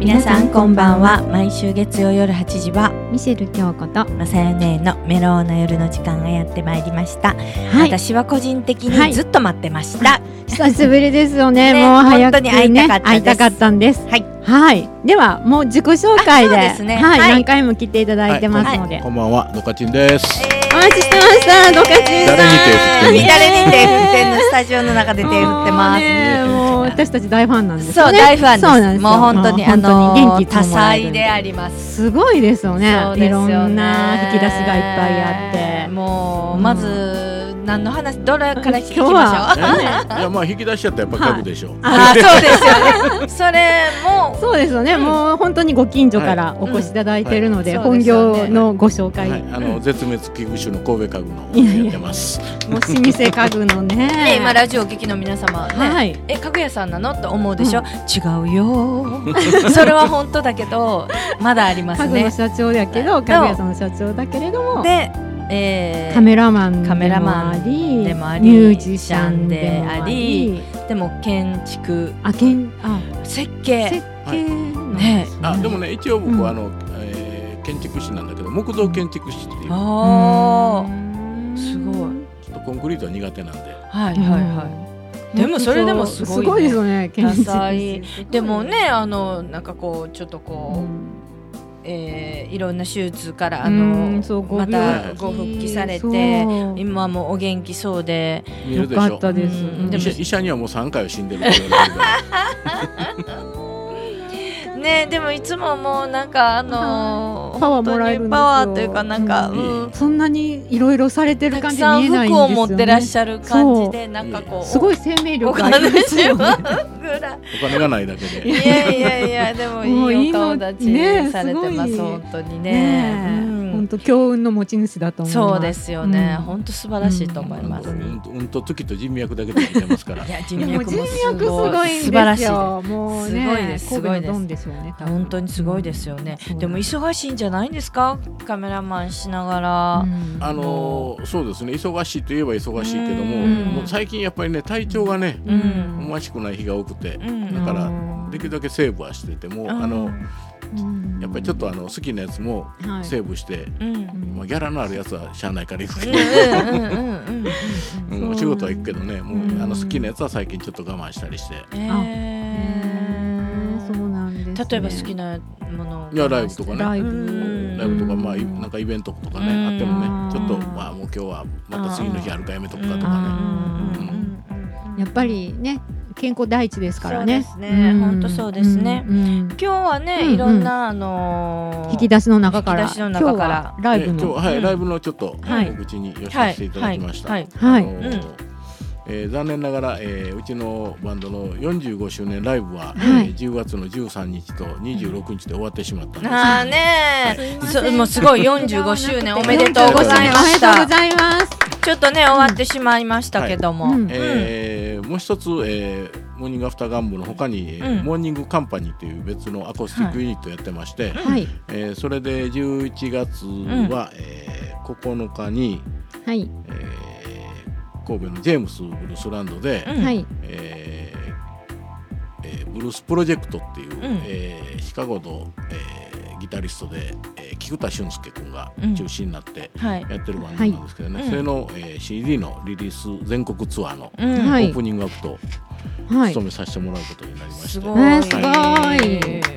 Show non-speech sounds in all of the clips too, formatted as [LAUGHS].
皆さんこんばんは毎週月曜夜8時はミシェル京子と、まさよねのメローな夜の時間がやってまいりました、はい、私は個人的はにいずっと待ってました、はい久しぶりですよね。ねもう早くね本当に会いたかったです会いたかったんです。はい、ではもう自己紹介であそうですねはい、はい何回も来ていただいてますので、こんばんは、ドカチンです。えーお待ちしてましたドカチンさん。誰に手を振ってんの誰に手振ってんのスタジオの中で手振ってます、ねもう [LAUGHS] 私たち大ファンなんですそう、よね。大ファンですそうなんですよもう本当にもうあの元気いつ多ももらえる彩んでありますすごいですよねそうですいろよねんな引き出しがいっぱいあって。もううんまず何の話どれから聞き今ま日しょうはねいやまあ引き出しちゃったらやっぱ家具でしょ。 [LAUGHS] あーそう [LAUGHS] ですよねそれもそうですよね、うんもう本当にご近所からお越しいただいているので、うん本業のご紹 [LAUGHS] 介、はい、あの絶滅危惧種の神戸家具のいやいややってます。もう老舗家具のねね。今ラジオを聴きの皆様ね、はい、えかぐやさんなのと思うでしょ、違うよ [LAUGHS] ーそれは本当だけどまだあります家具のね社長やけはいど、家具屋さんの社長だけれども、で、えーカメラマンでカメラもマあり、でもありミュージシャンでもあり、でも建築あけんあ設計設計のねあでもね、ね一応僕うんはあの、えー建築士なんだけど木造建築士っていうちょあーすごいっとコンクリートは苦手なんで。はいはいはいいでもそれでもすごいねすごいですよね。建築多彩でもね、あのなんかこうちょっとうこう、んえーいろんな手術からあうのんそうごま病気たご復帰されてそう今もお元気そうで見えよるでしょかったです。うん医者医者にはもう3回は死んでるって言われてるから。ねでもいつももうなんかあのはいパワーもらえるんですよパワーというかなんか、うんうんそんなにいろいろされてるたく感じさ見んえないんですよね。服を持ってらっしゃる感じでなんかこうすごい生命お力あり金ますしよねま。うぐ [LAUGHS] らい。お金がないだけで。いやいやいやでももういいお今顔立ちねされてますすごい本当にねねうえ、ん本当強運の持ち主だと思います。そうですよね、うん本当素晴らしいと思います、うんとうんと月と人脈だけで見てますからい。や人でも脈人も脈すすごいごいん素晴らしいですですよ。もうね、すごいですすごい神です戸のドンですよね。多分本当にすごいですよね、うんでも忙しいんじゃないんですかカメラマンしながら、うんあのーそうですね忙しいといえば忙しいけどもうんもう最近やっぱりね体調がねううん思わしくない日が多くてうんだからうんできるだけセーブはしていてもうんあのうんやっぱりちょっとあの好きなやつもはいセーブして、 [LAUGHS] うんうんまあ、ギャラのあるやつはしゃあないから行くけど、うんうんうんうんうんそうお仕事は行くけどねもう、うんあの好きなやつは最近ちょっと我慢したりしてえそーうなんです、ね。例えば好きなものをいやライブとかねライブうんライブとか、まあ、いうんなんかイベントとかね、うんあってもあーねちょっとまあもう今日はまた次の日あるかやめとくかとかあーやっぱりね健康第一ですからね。そうですねん本当そうですねうんうん今日はね、うんいろんなあのー引き出しの中から引き出しの中から今日はライね、でブ今日のはういんライブのちょっとはい告知に寄せさせていただきました。はいはいあのはいーえー残念ながら、えーうちのバンドの45周年ライブは、はいえー10月の13日と26日で終わってしまったんです。あーねはいそもうすごい45周年おめでとうございましおめでとうたございます。ちょっとね終わってしまいましたけども、うんえーもう一つ、えーモーニングアフターガンボの他に、えーうんモーニングカンパニーという別のアコースティックユニットをやってまして、はいえーそれで11月は、えー9日に、はいえー神戸のジェームスブルースランドで、うんはいえーえーブルースプロジェクトっていう、んえーシカゴの、えーギタリストで、えー菊田俊介君が中心になってはい、やってるバンドなんですけどはね、いうんそれの、えー CD のリリース全国ツアーのオうんはいープニングアクトをはい務めさせてもらうことになりまして、すごい、ねすごい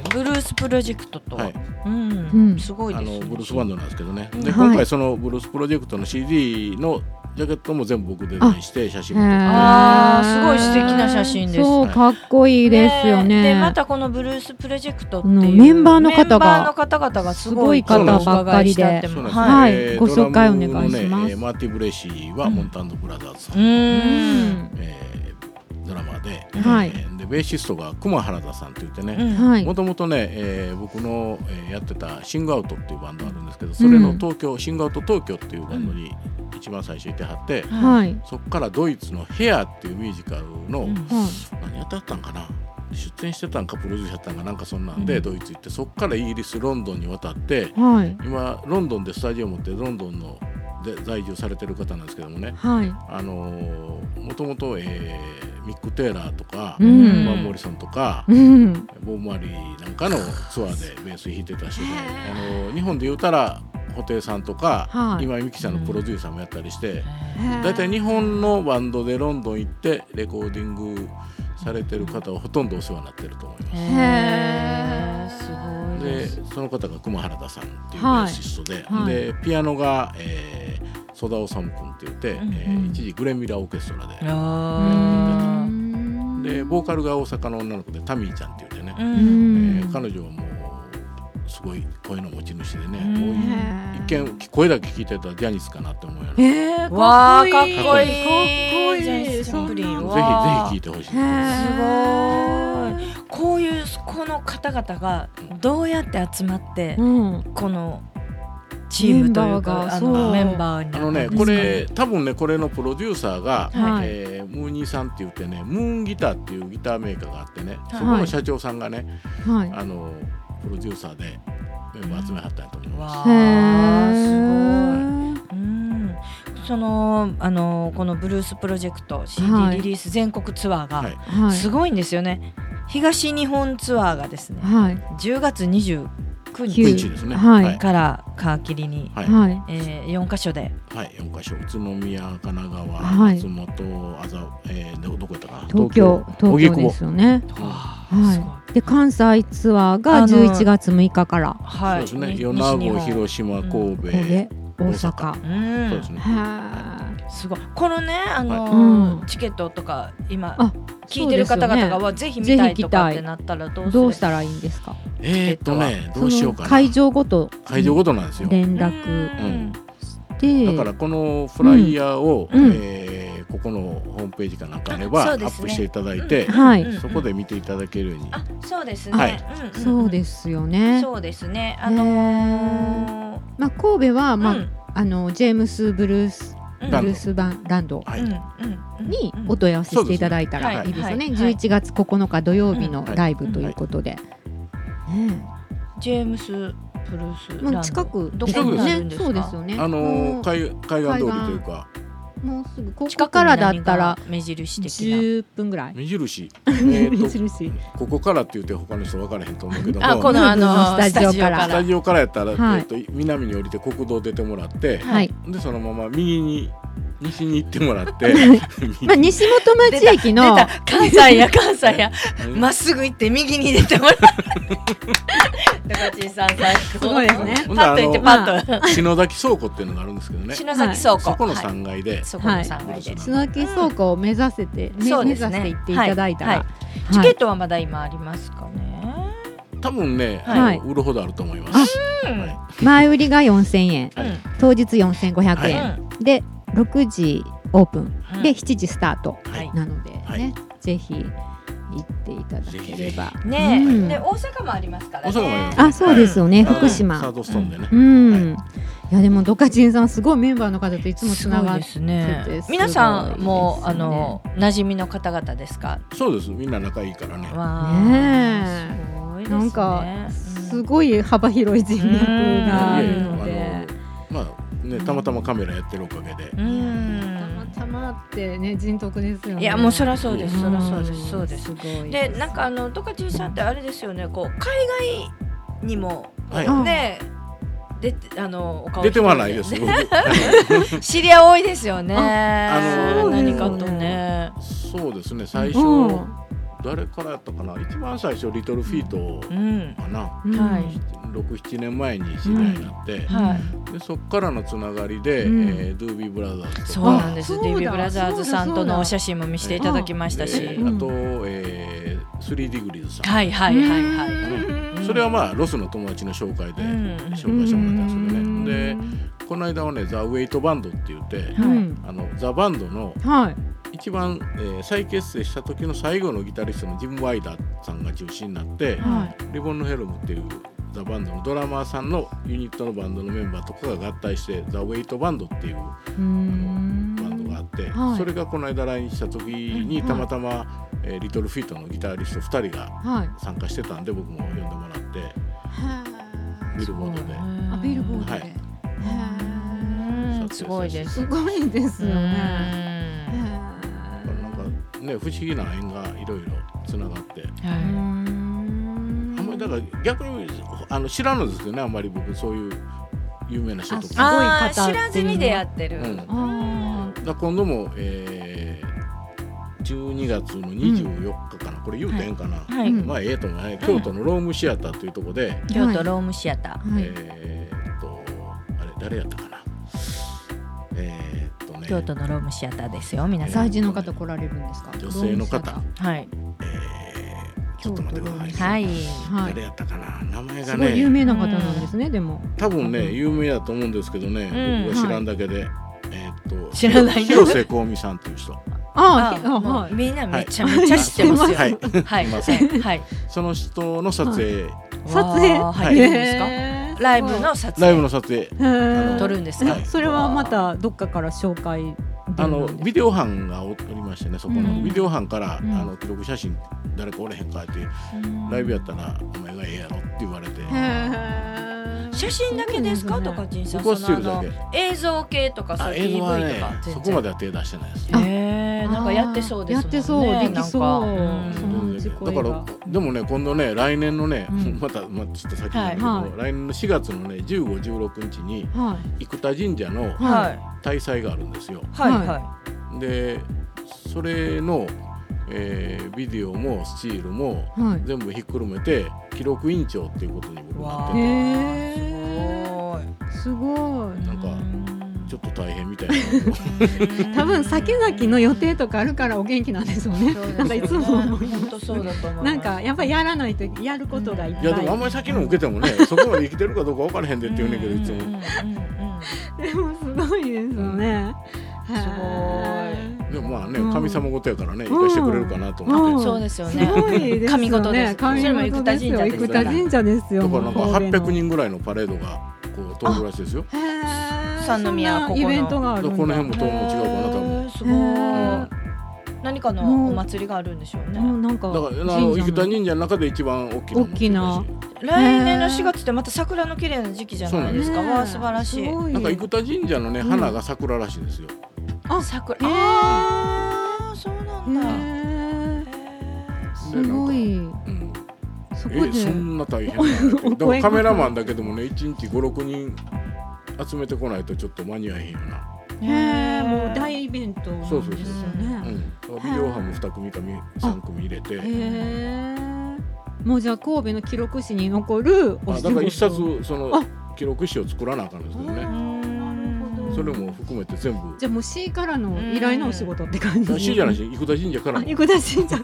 ブルースプロジェクトと、はいうん、うんすごいあですねのブルースバンドなんですけどね、はでい今回そのブルースプロジェクトの CD のジャケットも全部僕デザインして写真も撮ってあーすごい素敵な写真ですそうかっこいいですよね。でまたこのブルースプロジェクトっていう、うんメンバーの方がメンバーの方々がすごいすごい方ばっかりでお伺いしたってそうなんですはいはいえーご紹介お願いしますドラムのねえーマーティ・ブレイシーはモンタンド・ブラザーズさうん、ーんえードラマーで,、はいえーでベーシストが熊原田さんと言ってうねんはいもともとね、えー僕の、えーやってたシングアウトっていうバンドあるんですけどそれの東京、シングアウト東京っていうバンドに一番最初いてはって、はいはいそこからドイツの「ヘアっていうミュージカルの、うん何やってはったんかな出演してたんかプロデュースやったんかなんかそんなんで、うんドイツ行ってそこからイギリスロンドンに渡ってはい今ロンドンでスタジオ持ってロンドンので在住されてる方なんですけどもねはい。あのー、もともと、えーミック・テイラーとか、うボんンバン・モリソンとか、うん。ボン・マリーなんかのツアーでベース弾いてた人で、あのー日本で言うたら布袋さんとか、はい今井美樹さんのプロデューサーもやったりして、だ大体日本のバンドでロンドン行ってレコーディングされてる方はほとんどお世話になってると思います。へーすごいでです。その方が熊原田さんっていうベはいーシストで、はいでピアノが、えー、曽田修君って言って、うんうんえー一時グレンミラーオーケストラで、あでボーカルが大阪の女の子でタミーちゃんって言ってねーう、うんえんー彼女はもうすごい声の持ち主でね、うんもうへー一見声だけ聞いてたらジャニスかなって思うようなぜえー、わあかっいこいいかい。っこいいジャニスチャップリンそんなひのぜひわあ聞いてほしいへーすごいこういうこの方々がどうやって集まって、うん、このチームというメンバーかがあそのうメンバーにあのねこれ多分ねこれのプロデューサーが、はいえームーニーさんって言ってねムーンギターっていうギターメーカーがあってね、いそこの社長さんがねはい。あのプロデューサーでメンバー集めはったんやと思います。わへあーすごい。うんそのあのこのブルースプロジェクト CD はいリリース全国ツアーはがいはい。すごいんですよね、東日本ツアーがですねはい。 10月29九日1位ですね。はいはいから皮切りに、はいはい。えー、4箇所ではい、四箇所、宇都宮、神奈川、はい松本、あざ、えー、どどこやったかな。東京、東京ですよね。うんははい。で、関西ツアーがあの11月6日から、はい、そうですね。に米西子、日本広島、神戸、神戸、大大阪。阪うん、そうですね。はすごいこのねあのーはいうんチケットとか今あ聞いてる方々がは、ぜひ見たいとかっぜひ行きたていなったらどうするい。どうしたらいいんですか。えー、っとね、どうしようかそのな。会場ごと。会場ごとなんですよ。連うん絡うんして。だからこのフライヤーを、うんえーここのホームページかなんかあれあばそアうですねップしていただいて、はいうんそこで見ていただけるように、あそうですね、はいうんうんそうですよね。そうですねああののまあ神戸はーまあ、うんあのジェームスブルースうんブルースバンランドはい、うんうんにうんお問い合わせしていただいたうんらいいですよはね。いはい11月9日土曜日のうんライブということで。ねジェームス・プルースランえド、まあ近くど近こにくですなねるん。ですかそうですよね。もあのう海海岸通りというかもうすぐこ近くこにからだ何がったら目印的な10分ぐらい。目印 [LAUGHS] えーっと印ここからって言って他の人分からへんと思うけどもあこののあのスタジオからスタジオからやったら、はいえっと、南に降りて国道出てもらっ [LAUGHS] て、はい。でそのまま右に西に行ってもらって、まあ西本町駅の出た関西や関西や右まっすぐ行って右に出てもらう高知さん最高ごいですねパッと行ってパッと、篠崎倉庫っていうのがあるんですけどね篠崎倉庫、そこのはい3階で、そこの3階で、はい篠崎倉庫を目指せてんそう目で指すねしていっていただいたはらチはケいットはまだ今ありますかね。多分ね、はいあの売るほどあると思います。うんはい前売りが4000円うん当日4500円で6時オープンうんで7時スタートはいなのでね、はいぜひ行っていただければ。ねうんで大阪もありますからね。大阪もありますあ、そうですよね、はい福サー島。ドストーンでねう。ん。いやでもドカチンさんすごいメンバーの方といつもつながっててすねすごいですね皆さんもあの馴染みの方々ですか。そうです。みんな仲いいからね。わねええなんかすごい幅広い人脈があるのいやいやで。あのまあねたまたまカメラやってるおかげで。うん。たまたまってね人徳ですよね。いやもうそらそうです、うそんらそうですそうです。んごいでなんかあのドカチンさんってあれですよねこう海外にもはいね出てあのお顔出てはないです。僕 [LAUGHS] 知り合い多いですよね。あの何かとね。そうですね。最初うん誰からやったかな。一番最初リトルフィートうん。かな。うんは六七年前に知り合いになって、はい。でそこからのつながりで、うんえードゥービーブラザーそズとうかなん。です。あデビューブラザーズさんとのお写真も見せていただきましたし。えうーんあと、えー、スリーディグリーズさん、はいはいはいはい。うんそれはまあロスの友達の紹介でうん紹介してもらったんですけうどんね、でこの間はねザ・ウェイトバンドって言って、うんあのザ・バンドのはい。一番、えー再結成した時の最後のギタリストのジム・ワイダーさんが中心になって、はリボンのヘルムっていうザ・バンドのドラマーさんのユニットのバンドのメンバーとかが合体してザ・ウェイトバンドっていうい。バンドがあって、はいそれがこの間来日した時にうんたまたま、えーリトルフィートのギタリスト2人がはい。参加してたんで僕も呼んでもらってビルボードであビルボードで。はいへうんってすごいですすごいですよね。ねだからなんかね不思議な縁がいろいろつながってうはんあんまりだから逆にあの知らぬんですよねあんまり僕そういう有名な人とい、すごいか。方あー知らずに出会ってる、うんあだから今度も、えー、12月の24日かな、これ言うてええんかな、はい、うんまあええと思うね京都のロームシアターというところで、京都ロームシアター、ーはいえーっとあれ誰やったかなえーっとね京都のロームシアターですよ皆さん、在住の方来られるんですか。女性の方どうでしはいえーちょっと待って京都ロください、ームシアタはいたかはい誰。やったかな名前すがごい有ね名な方なんですね。でも。多分ね有名だと思うんですけどね、うん僕が知らんだけで、えーっと知らないな広瀬香美さんという人ああーあ、もはうい。みんなめちゃめちゃ知ってますよ。ははいい、はい、いまはい、その人の撮影、撮影わーは入いってるんですか。へーライブ。の撮影。ライブの撮影すごいへー撮るんですかはい。それはまたどっかから紹介であのビデデオ班がおりましてねそこうのんビデオ班から、うんあの記録写真誰かおれへんかってライブやったらお前がええやろって言われて写真だけですかそうなとんかでちんさん僕はスチールだのけあの映像系とかそあう映像は PV ねとか全然そこまでは手出してないですあえー、なんかやってそうですもんね。やってそうできそうなんかそのうちだ声かがらでもね今度ね来年のね、うんまた、まあ、ちょっと先になるけど、はいはい来年の4月のね1516日にオ。はい。生田神社のうんはい大祭があるんですよ。はいはいはでそれの、えービデオもスチールもはい。全部ひっくるめて記録委員長っていうことに僕なっわてあてーへい。え。おーすごい。いなんかちょっと大変みたいな多分先々の予定とかあるからお元気なんですよね。なんかいつも思います本当そうだと思いますなんかやっぱりやらないとやることがいっぱい。いやでもあんまり先の受け [LAUGHS] てもねそこまで生きてるかどうか分からへんでって言うねんけどいつうんうんうもんうんでもすごいですよね。んはでもまあねうん神様ごとやからね生かしてくれるかなとう思んってそうですよすね。ごいですよ神ね。事です神そ事れも生田神社ですよ生田神社ですよ。だからなんかもう神戸の800。人ぐらいのパレードがこう通るらしいですよへー三宮そんなここのイベントがあるんだ。この辺もへどうも違うかな多分ーすへーごい。何かのお祭りがあるんでしょうもねう。なんかだからあの生神社田の神社の中で一番大きな大きな来年の4月ってまた桜の綺麗な時期じゃないですか。ねえわあ素晴らしいす。ごなんか生田神社のねうん花が桜らしいんですよあ桜。へーああそうなんだ。へへーーすごい。うんそこえそで。んな大 [LAUGHS] 変なんだお声でがもカメラマンだけでもね1日56人集めてこないとちょっと間に合えへんよな、へーもう大イベントなんですようね。ん、だからビデオ班も2組か3組入れてへえ。もうじゃあ神戸の記録誌に残るおあ仕だから事。一冊その記録誌を作らなあかんですけどねなるほどそれも含めて全部じゃあもう C からの依頼のお仕事って感じ。市じゃないし。し生田神社からあ、もで生田神社。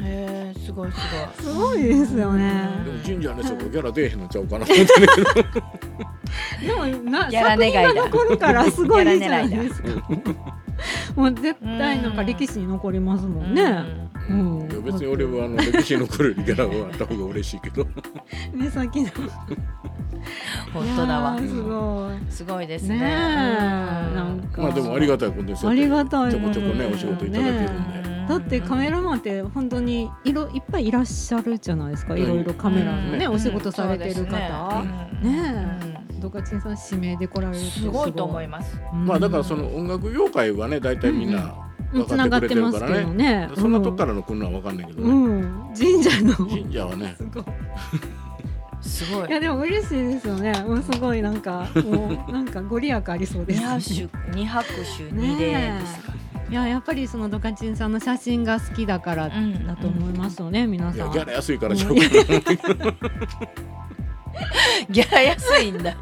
へえすごいすごい。すごいですよね。も神社の人がギャラ出えへんのちゃうかなと思ってねで [LAUGHS] もなギャラ作願いだ品が残るからすごいいいじゃないギャラですか。もう絶対なんか歴史に残りますもんね。ね。うんいや別に俺はあの歴史に残るよりギャラがあった方が嬉しいけど目先の。本当だわいや。ーすごい。すごいですねえね。なんかまあでもありがたいことですよありがたいちょこちょこねうんお仕事いただけるんで、だってカメラマンって本当にいろいっぱいいらっしゃるじゃないですか。いろいろカメラのね、うんお仕事されてるう方。んねえ、どかちんさん指名で来られるってすごいと思います。まあだからその音楽業界はね大体みんなうん分つかなっがてっくてれてるまかすらけね、どね。そんなとこからの来るのは分かんないけどうね、ん、神社の。神社はねすごい。すごいい。やでも嬉しいですよね。もうすごいなんか、もうなんかご利益ありそうで二す。拍手二拍手二礼ですか。いややっぱりそのドカチンさんの写真が好きだからうんだと思いますよね、皆いさやん。ギャラ安いからうんちゃうかなギャラ安いんだ。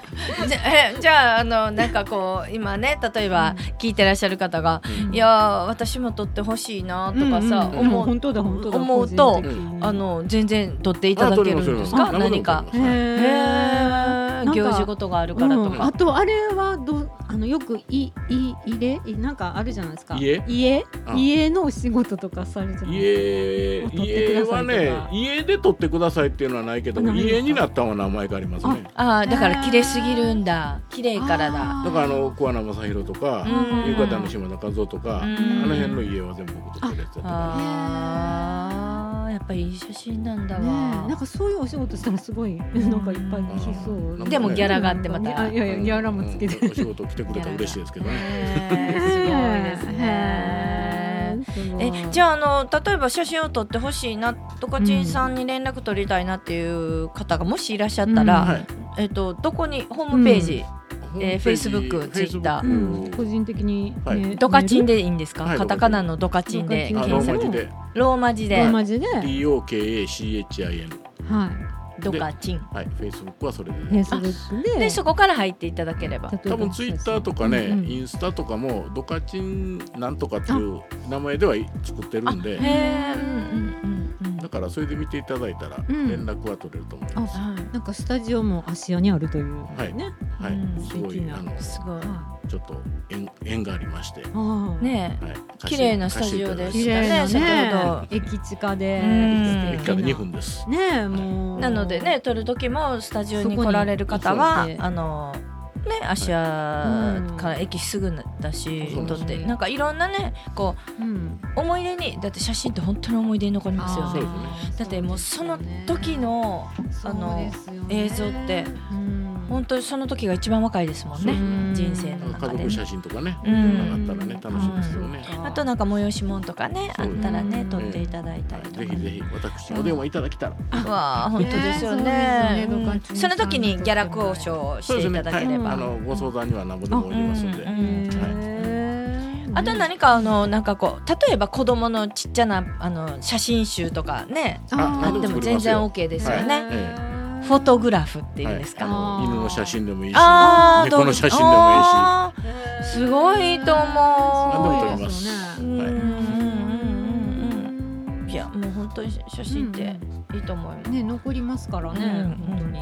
[LAUGHS] じゃえじゃああのなんかこう今ね例えば聞いてらっしゃる方が「いやー私も撮ってほしいな」とかさうんうん思う本当だ本当だ思うと個人的にあの全然撮っていただけるんですあか撮れます何か撮れまへすへえ。えなんか行事事があるからとうんかあとあれはどうあのよくいい入れなんかあるじゃないですか。家家あ家のお仕事とかされてない。家を撮ってく家ださはいとかね家で取ってくださいっていうのはないけどないんですか家になったのは名前がありますねあーだから綺麗すぎるんだ綺麗からだあーだからあの桑名正宏とかうん夕方の島田和夫とかうあんの辺の家は全部僕と取れてたとかあーやっぱりいい写真なんだねわ、えなんかそういうお仕事したらすごいなんかいっぱい来そううんねでもギャラがあってまたあいやいやギャラもつけて、うんお仕事来てくれたら嬉しいですけどね。ねえすごいですねえじゃゃああの例えば写真を撮ってほしいなとかちんさんに連絡取りたいなっていう方がもしいらっしゃったら、うんはい。えっとどこにホームページ、えー Facebook Twitter あ、うん、個人的に、ねはいドカチンでいいんですか、はいカタカナのドカチンでドカあチンロ検ーマ索字でローマ字でローマ字で、はい、 D O K A C H I N ドカチンはい Facebook はそれで、フェイスブックで、でそこから入っていただければ例えば多分ツイッターとかね、うんうんインスタとかもドカチンなんとかっていう名前では作ってるんへでえうんうんうんうんだからそれで見ていただいたらん連絡は取れると思いあます、はなんかスタジオも芦屋にあるという、はいね、はい、うんす素ご敵いなあのいすごいちょっと縁縁がありまして、はい、ああねえ貸し綺麗なスタジオです貸綺していただいて麗なねね駅近でうん駅から2分ですねえもうなのでね撮る時もスタジオに来られる方そはこに行ってあのね芦屋から駅すぐだしそう撮そうって、なんかいろんなねこうんう思い出にだって写真って本当に思い出に残りますよあーねそだってもうその時のあの映像って本当にその時が一番若いですもんねうん人生の家中で族ね。写真とかね、うあんったらね楽しいですよね、あとなんか催し物とかねあそうったらねうん撮っていただいたりはいとぜかひぜね。ひ私お電話いただけたら、わあ本当ですよねねそうですうよねんドカチンその時にギャラ交渉をしていただけれはい、あば。のご相談には何ぼでもおりますんで、うんえあと何かあのなんかこう例えば子供のちっちゃなあの写真集とかねああっても全然あ OK ですよはね、フォトグラフっていうんですか、はいあの犬の写真でもいいしあー猫の写真でもいいしあーすごいと思う何でも撮りますうすんうんはいうんうんうんいやもう本当に写真っていいと思います、ね残りますからね、うん本当に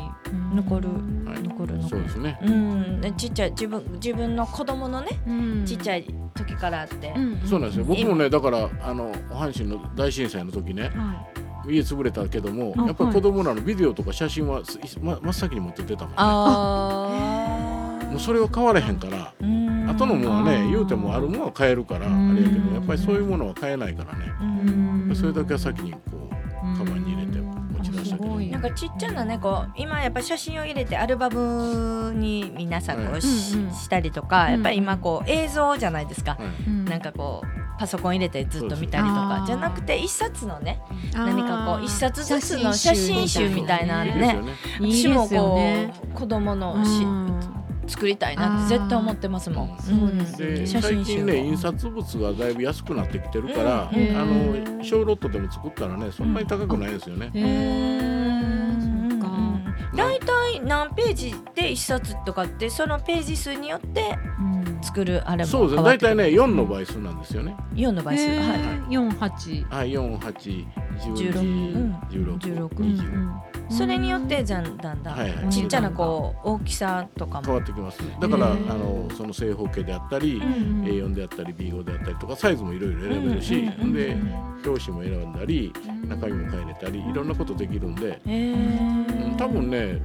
残るはい残る残そうるですねうんねちっちゃい自分自分の子供のねちっちゃい、い時からあって、んそうなんですよ僕もねだからあの阪神の大震災の時ねは家潰れたけどもあやっぱり子供らのビデオとか写真はすま真っ先に持って出たもんねああもうそれは買われへんからうん後のものはあねー言うてもあるものは買えるからうんあれやけどやっぱりそういうものは買えないからねうんうんそれだけは先にこうカバンに入れて持ち出したけうんあすどごいなんかちっちゃなねこう今やっぱ写真を入れてアルバムに皆さんこうし,、うんうんしたりとかうんやっぱり今こう映像じゃないですか、はいい、なんかこうパソコン入れてずっと見たりとかそうそうじゃなくて一冊のねあー何かこう一冊ずつの写真集みたいなでねすよねいい私でもすよこねう子供のしうん作りたいなって絶対思ってますもんあ。ーそうですよねんで写真最集近をね印刷物がだいぶ安くなってきてるから、うんあうんの小ロットでも作ったらねそんなに高くないですよね、へーそっか大体何ページで一冊とかってそのページ数によって作るアルバムそうですね変わって大く体るね4の倍数なんですよね4の倍数、はい四八はい16 48121620、うそれによってじゃゃんだんだん、はいはいちっちゃなこう大きさとか変もわってきますねだから、うんあのその正方形であったり、ん A4 であったり B5 であったりとかサイズもいろいろ選べるし、うんうんで表紙も選んだり中身も変えれたりいろんなことできるんで、へうんー多分ね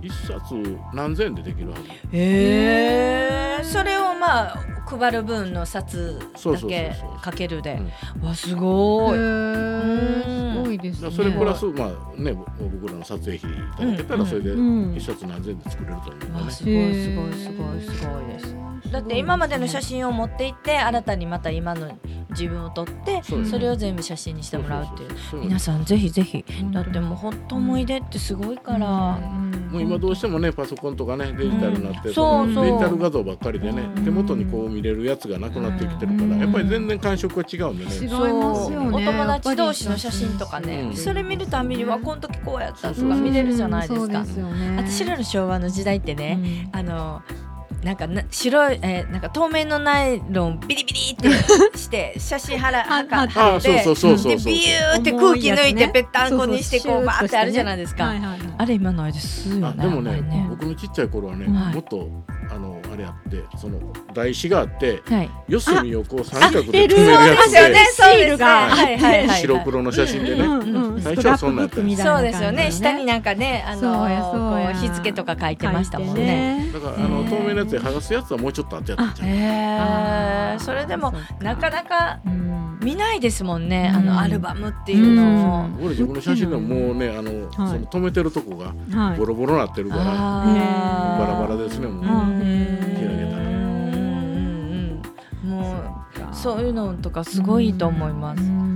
一冊何千円でできるはずへーそれをまあ配る分の札そうだそうそうけそうかけるでうんわすごい、すごいでだすかねらそれプラス、まあね、ぼ僕らの撮影費いただけたうんらそれでうん一冊何千円で作れると思うんでねわ、すごいすごいすごいすごいですだって今までの写真を持っていって新たにまた今の自分を撮ってそうですそれを全部写真にしてもらうっていうそうそうそう皆さんぜひぜひうんだってもうほんと思い出ってすごいから、もう今どうしてもねパソコンとかねデジタルになってるから、うんそうそうデジタル画像ばっかりでねうん手元にこう見れるやつがなくなってきてるから、うんやっぱり全然感触は違うんで違ね、そういますよおね友達同士の写真とかね、うんそれ見るたびにはこの時こうやったとかうん見れるじゃないですか、そうですよね私らの昭和の時代ってね、ねあのなんかな白い、えーなんか透明のナイロンビリビリってして写真はらはかあ貼あってそうそうそうそうでそうビューって空気抜いてぺったんこにしてこ重ういやつバねーってあるじゃないですか、はいはいはいあれ今ないですよねあでもあねんまり僕のちっちゃい頃はね、はいもっとあのあれあってその台紙があってはい四隅をこう三角であ組めるやそうつですよねそうでですシーねルがはいはいはいはい白黒の写真でね、うんうん最初はそんなんやったよそうですよねスク下ラップブックみたいな感じのねになんかねあのそうやそうやこう日付とか書いてましたもんねだからあのね透明なやつで剥がすやつはもうちょっとあってやったんじゃないへえそれでもなかなかうん見ないですもんね、あうんのアルバムっていうのを、うん俺自分の写真でももうねあの、はいその止めてるとこがはいボロボロなってるから、あーバラバラですねもうあ手挙げたらうんうんうんもうそういうのとかすごいと思います、うん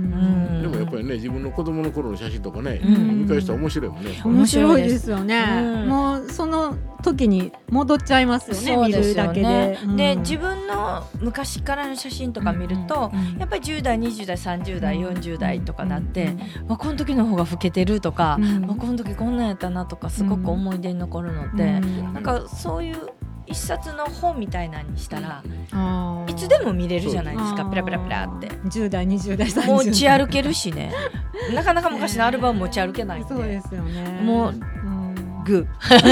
でもやっぱりね自分の子供の頃の写真とかね、うん見返したら面白いもんね。うん面白いですよね、うんもうその時に戻っちゃいますよねそう見でるすよだけねでで。うん自分の昔からの写真とか見ると、うんうんやっぱり10代20代30代40代とかなって、うんまあ、この時の方が老けてるとか、うんまあ、この時こんなんやったなとかすごく思い出に残るので、うんなんかそういう一冊の本みたいなのにしたら、あーいつでも見れるじゃないですかあーペラペラペラって。 10代20代30代持ち歩けるしねなかなか昔のアルバム持ち歩けないんでそうですよねもううんグー絶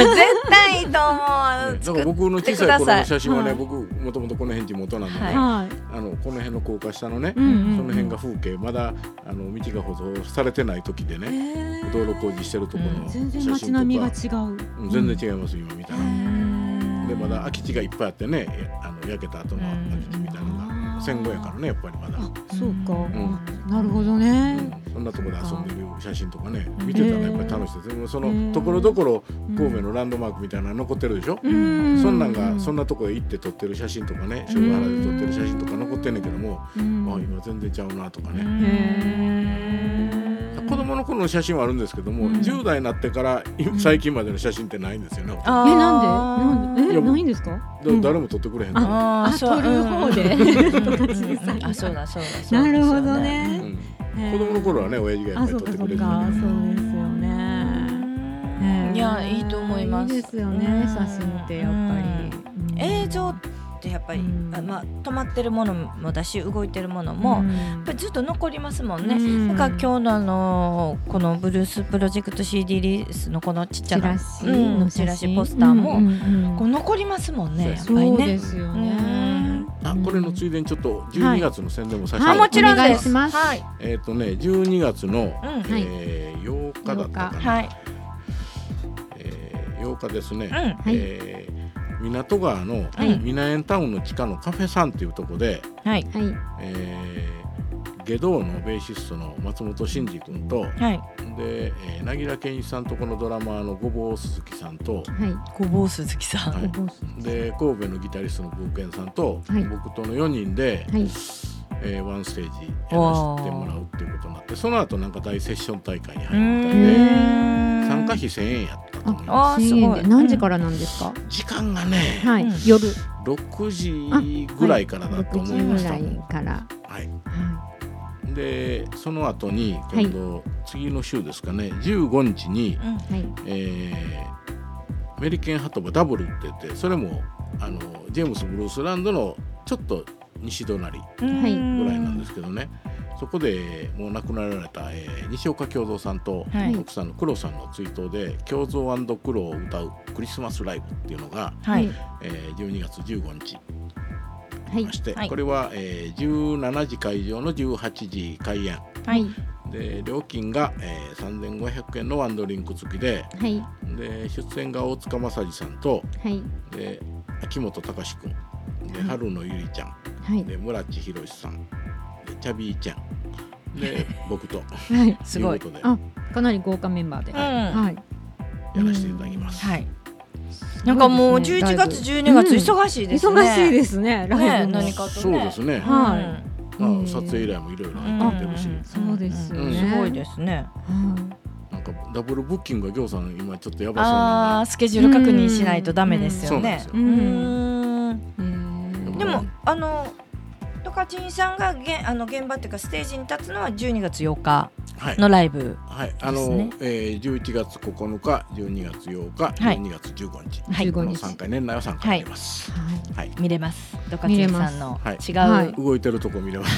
対いいと思うだ作かっら僕の小さい頃の写真はね、はい僕もともとこの辺地元なんでね、はいはいあのこの辺の高架下のね、うんうんうんその辺が風景まだあの道が舗装されてない時でね、道路工事してるところの写全真とか、然街並みが違ううん全然違います今見たら、でまだ空き地がいっぱいあってねあの焼けた後の空き地みたいなのうんが戦後やからねやっぱりまだ、あそうか、んあなるほどね、うんそんなとこで遊んでる写真とかねうん見てたらやっぱり楽しいですでもそうんのところどころうん神戸のランドマークみたいなの残ってるでしょ、うそんなんがそんなとこへ行って撮ってる写真とかね塩原で撮ってる写真とか残ってんねんけども、うんあ今全然ちゃうなとかね、へー子供の頃の写真はあるんですけども、うん10代になってからい最近までの写真ってないんですよね、だかえなんでなんいでえやないんですから誰も撮ってくれへんから、ああーそう撮る方でうんうん [LAUGHS] あそうだそうだそうだなるほどうねん子供の頃はね親父がやあっぱりそう撮かっそてくれうるからかねそうですよそうねだへーいやいいと思いますいいですよね写真ってやっぱりうん映像ってやっぱり、うんあまあ、止まってるものもだし動いてるものも、やっぱりずっと残りますもんね、うんだから今日のあのこのブルースプロジェクト CD リリースのこのちっちゃチラなシうのん写チ真ラシポスターも、うんうんうんこう残りますもんねやっぱりそうねで。すようんねあこれのついでにちょっと12月の宣伝もさせてあはいももらってちろんお願でいす。しますはい。えっ、とね12月の、うん。はいえー8日だったかな、はい。えー8日ですね、うん。いえー港川のいみなえんタウンの地下のカフェさんっていうとこで、はい。はいえー、下道のベーシストの松本慎二君とはい。で、えー、凪良健一さんとこのドラマーのごぼう鈴木さんと、はごぼう鈴木さん。はいいで神戸のギタリストのブーケンさんと、はい僕との4人で、はいえーワンステージやらせてもらうっていうことになってその後なんか大セッション大会に入るみたいでーん参加費1000円やったと思いまあーす千円ごい。で何時からなんですかす時間がね、はうんい夜6時ぐらいからだと六思時いまぐした、らはいいからはでその後に今度、次の週ですかね15日に、うん。うんいはいえーメリケンハトバダブルって言ってそれもあのジェームス・ブルースランドのちょっと西隣はいぐらいなんですけどね、そこでもう亡くなられた、えー西岡京三さんとはい奥さんの黒さんの追悼で「京三黒」を歌うクリスマスライブっていうのが、はい。えー12月15日はありいまして、はいこれは、えー17時会場の18時開演はい。で料金が、えー3500円のワンドリンク付きではいで出演が大塚正治さんとはいで秋元隆君で春野ゆりちゃんはいで村地宏さんでチャビーちゃん [LAUGHS] で僕とはいすごいということあかなり豪華メンバーでうん。ははいでやらせていただきます。い。なんかもうすごい11ですね月12月うん忙しいですね。忙しいですねライブねも何かとねそうですね、うん。はいまあうん撮影依頼もいろいろう入ってきてるし、んそうですよねうんすごいですね。はなんかダブルブッキングが行さん今ちょっとやばそうあなあスケジュール確認しないとダメですよね。ういうんうーんえーでうもんあのトカチンさんがげあの現場っていうかステージに立つのは12月8日はいのライブ。はい、あですの、ねえー、11月9日、12月8日、はい12月15日、はい15この日3回年内は3回あります。はいはい、見れます。トカチンさんの見れま違すう、はい動いてるとこ見れます。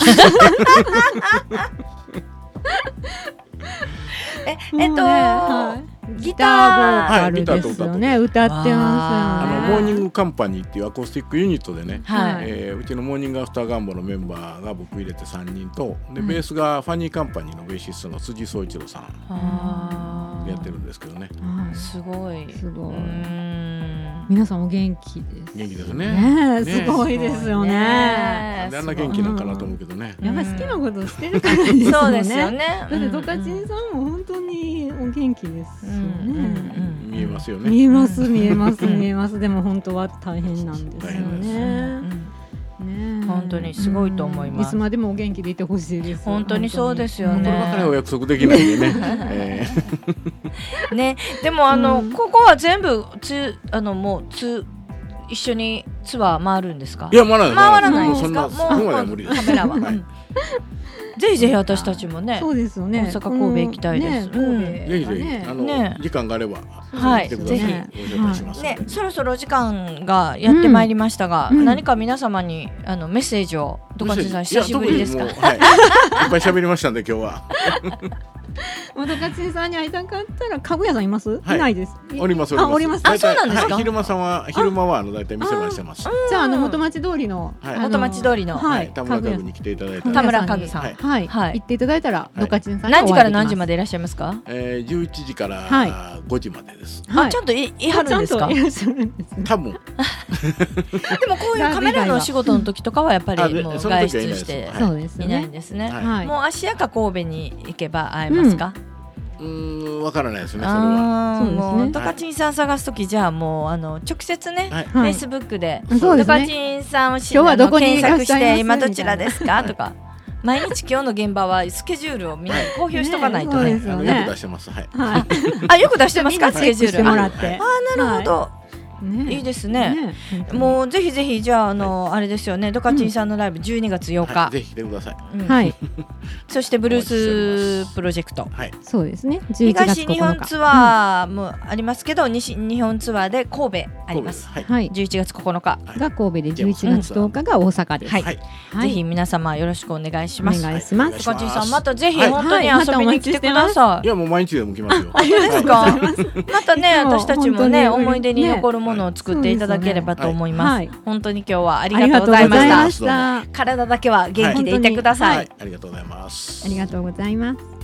ええっと、はいギターギターボーカルですよね、歌ってあまのすよね。モーニングカンパニーっていうアコースティックユニットでね、はいえーうちのモーニングアフターガンボのメンバーが僕入れて3人と、でうんベースがファニーカンパニーのベーシストの辻総一郎さん、ーやってるんですけどねはいすごい。すごいうーん皆さんお元気です元気ですねねえねすごいですよねねなんであんな元気なんかなと思うけどねごいやっぱり好きなことしてるからですよねそうですよね。だってドカチンさんも本当にお元気ですよね、うん見えますよ見ねえます見えま [LAUGHS] すうん見えますでも本当は大変なんですようんねねえ本当にすごいと思いますうんいつまでもお元気でいてほしいです本当にそうですよねこればかりはお約束できない [LAUGHS] んでね、えーね、でもあの、うんここは全部つあのもうつ一緒にツアー回るんですかい？やまだ回らないんですか？そんなそこまでは無理でカすメラは。うはいんぜひぜひ私たちもね。そうですよね大阪神戸行きたいですこのねう神ぜひ戸がぜねひあの、ね時間があればはい来てください、ぜごひ紹介しますので、ね、そろそろお時間がやってまいりましたが、うんうん何か皆様にあのメッセージをどかちんさんいや久しぶりですか特にもうはいいっぱい喋りましたんで今日はもうドカチンさんに会いたかったら家具屋さんいます、はいい、ないですおりますあおります大体あそうなんですかはい昼間さんは昼間はあの大体店番してますじゃああの元町通りの、はいあの元町通りのはい田村家具家具に来ていただい屋た田ら、村家具さん、はいはい、はい行っていただいたら、いドカチンさんにお会何い時から何時まででいらっしゃいますか？えー、11時から、は5時までですきます、はい、あちゃんといいはるんですか？ちゃんといでらっしゃるんですね多分もこういうカメラのお仕事の時とかはやっぱあでりもうその時はいな外出いですしてはいそうですいよないんねですね。ははいもう芦屋か神戸に行けば会えますか？うーんわからないですねそれはああそうですねもはういドカチンさん探すときじゃあもうあの直接ね、はいフはェいイスブックでそうドですカねチンさんをし今日はどこにあの検索しいらっしゃいますて今どちらですかとか毎日今日の現場はスケジュールをみんなに公表しとかないとねねそうですよあのよく出してますはいはいあよく出してますかみスんなチェケックジューしてルもあらってはいなるほど、ねい、いですねねもうぜひぜひじゃああの、あれですよねドカチンさんのライブ12月8は日い、、ぜひ来てくださいうんはいそしてブルースプロジェクトはいそうですね11月東9日日本ツアーもありますけど、西日本ツアーで神戸あります神戸ではい11月9日、はいが神戸で11月10日が大阪ですははいい、はいはいぜひ皆様よろしくお願いしおます。願いしまお願いすしかちんさんまたぜひはい本当にはい遊びに来てくださいい。やもう毎日でも来ますよ本当ですかありがとうございますまたねいつも私たちもね本当に思い出にね残るものを作っていただければと思いまはす。い本当に今日はありありががととうごうござざいいましまた。した体だけは元気でいてください。ありがとうございますありがとうございます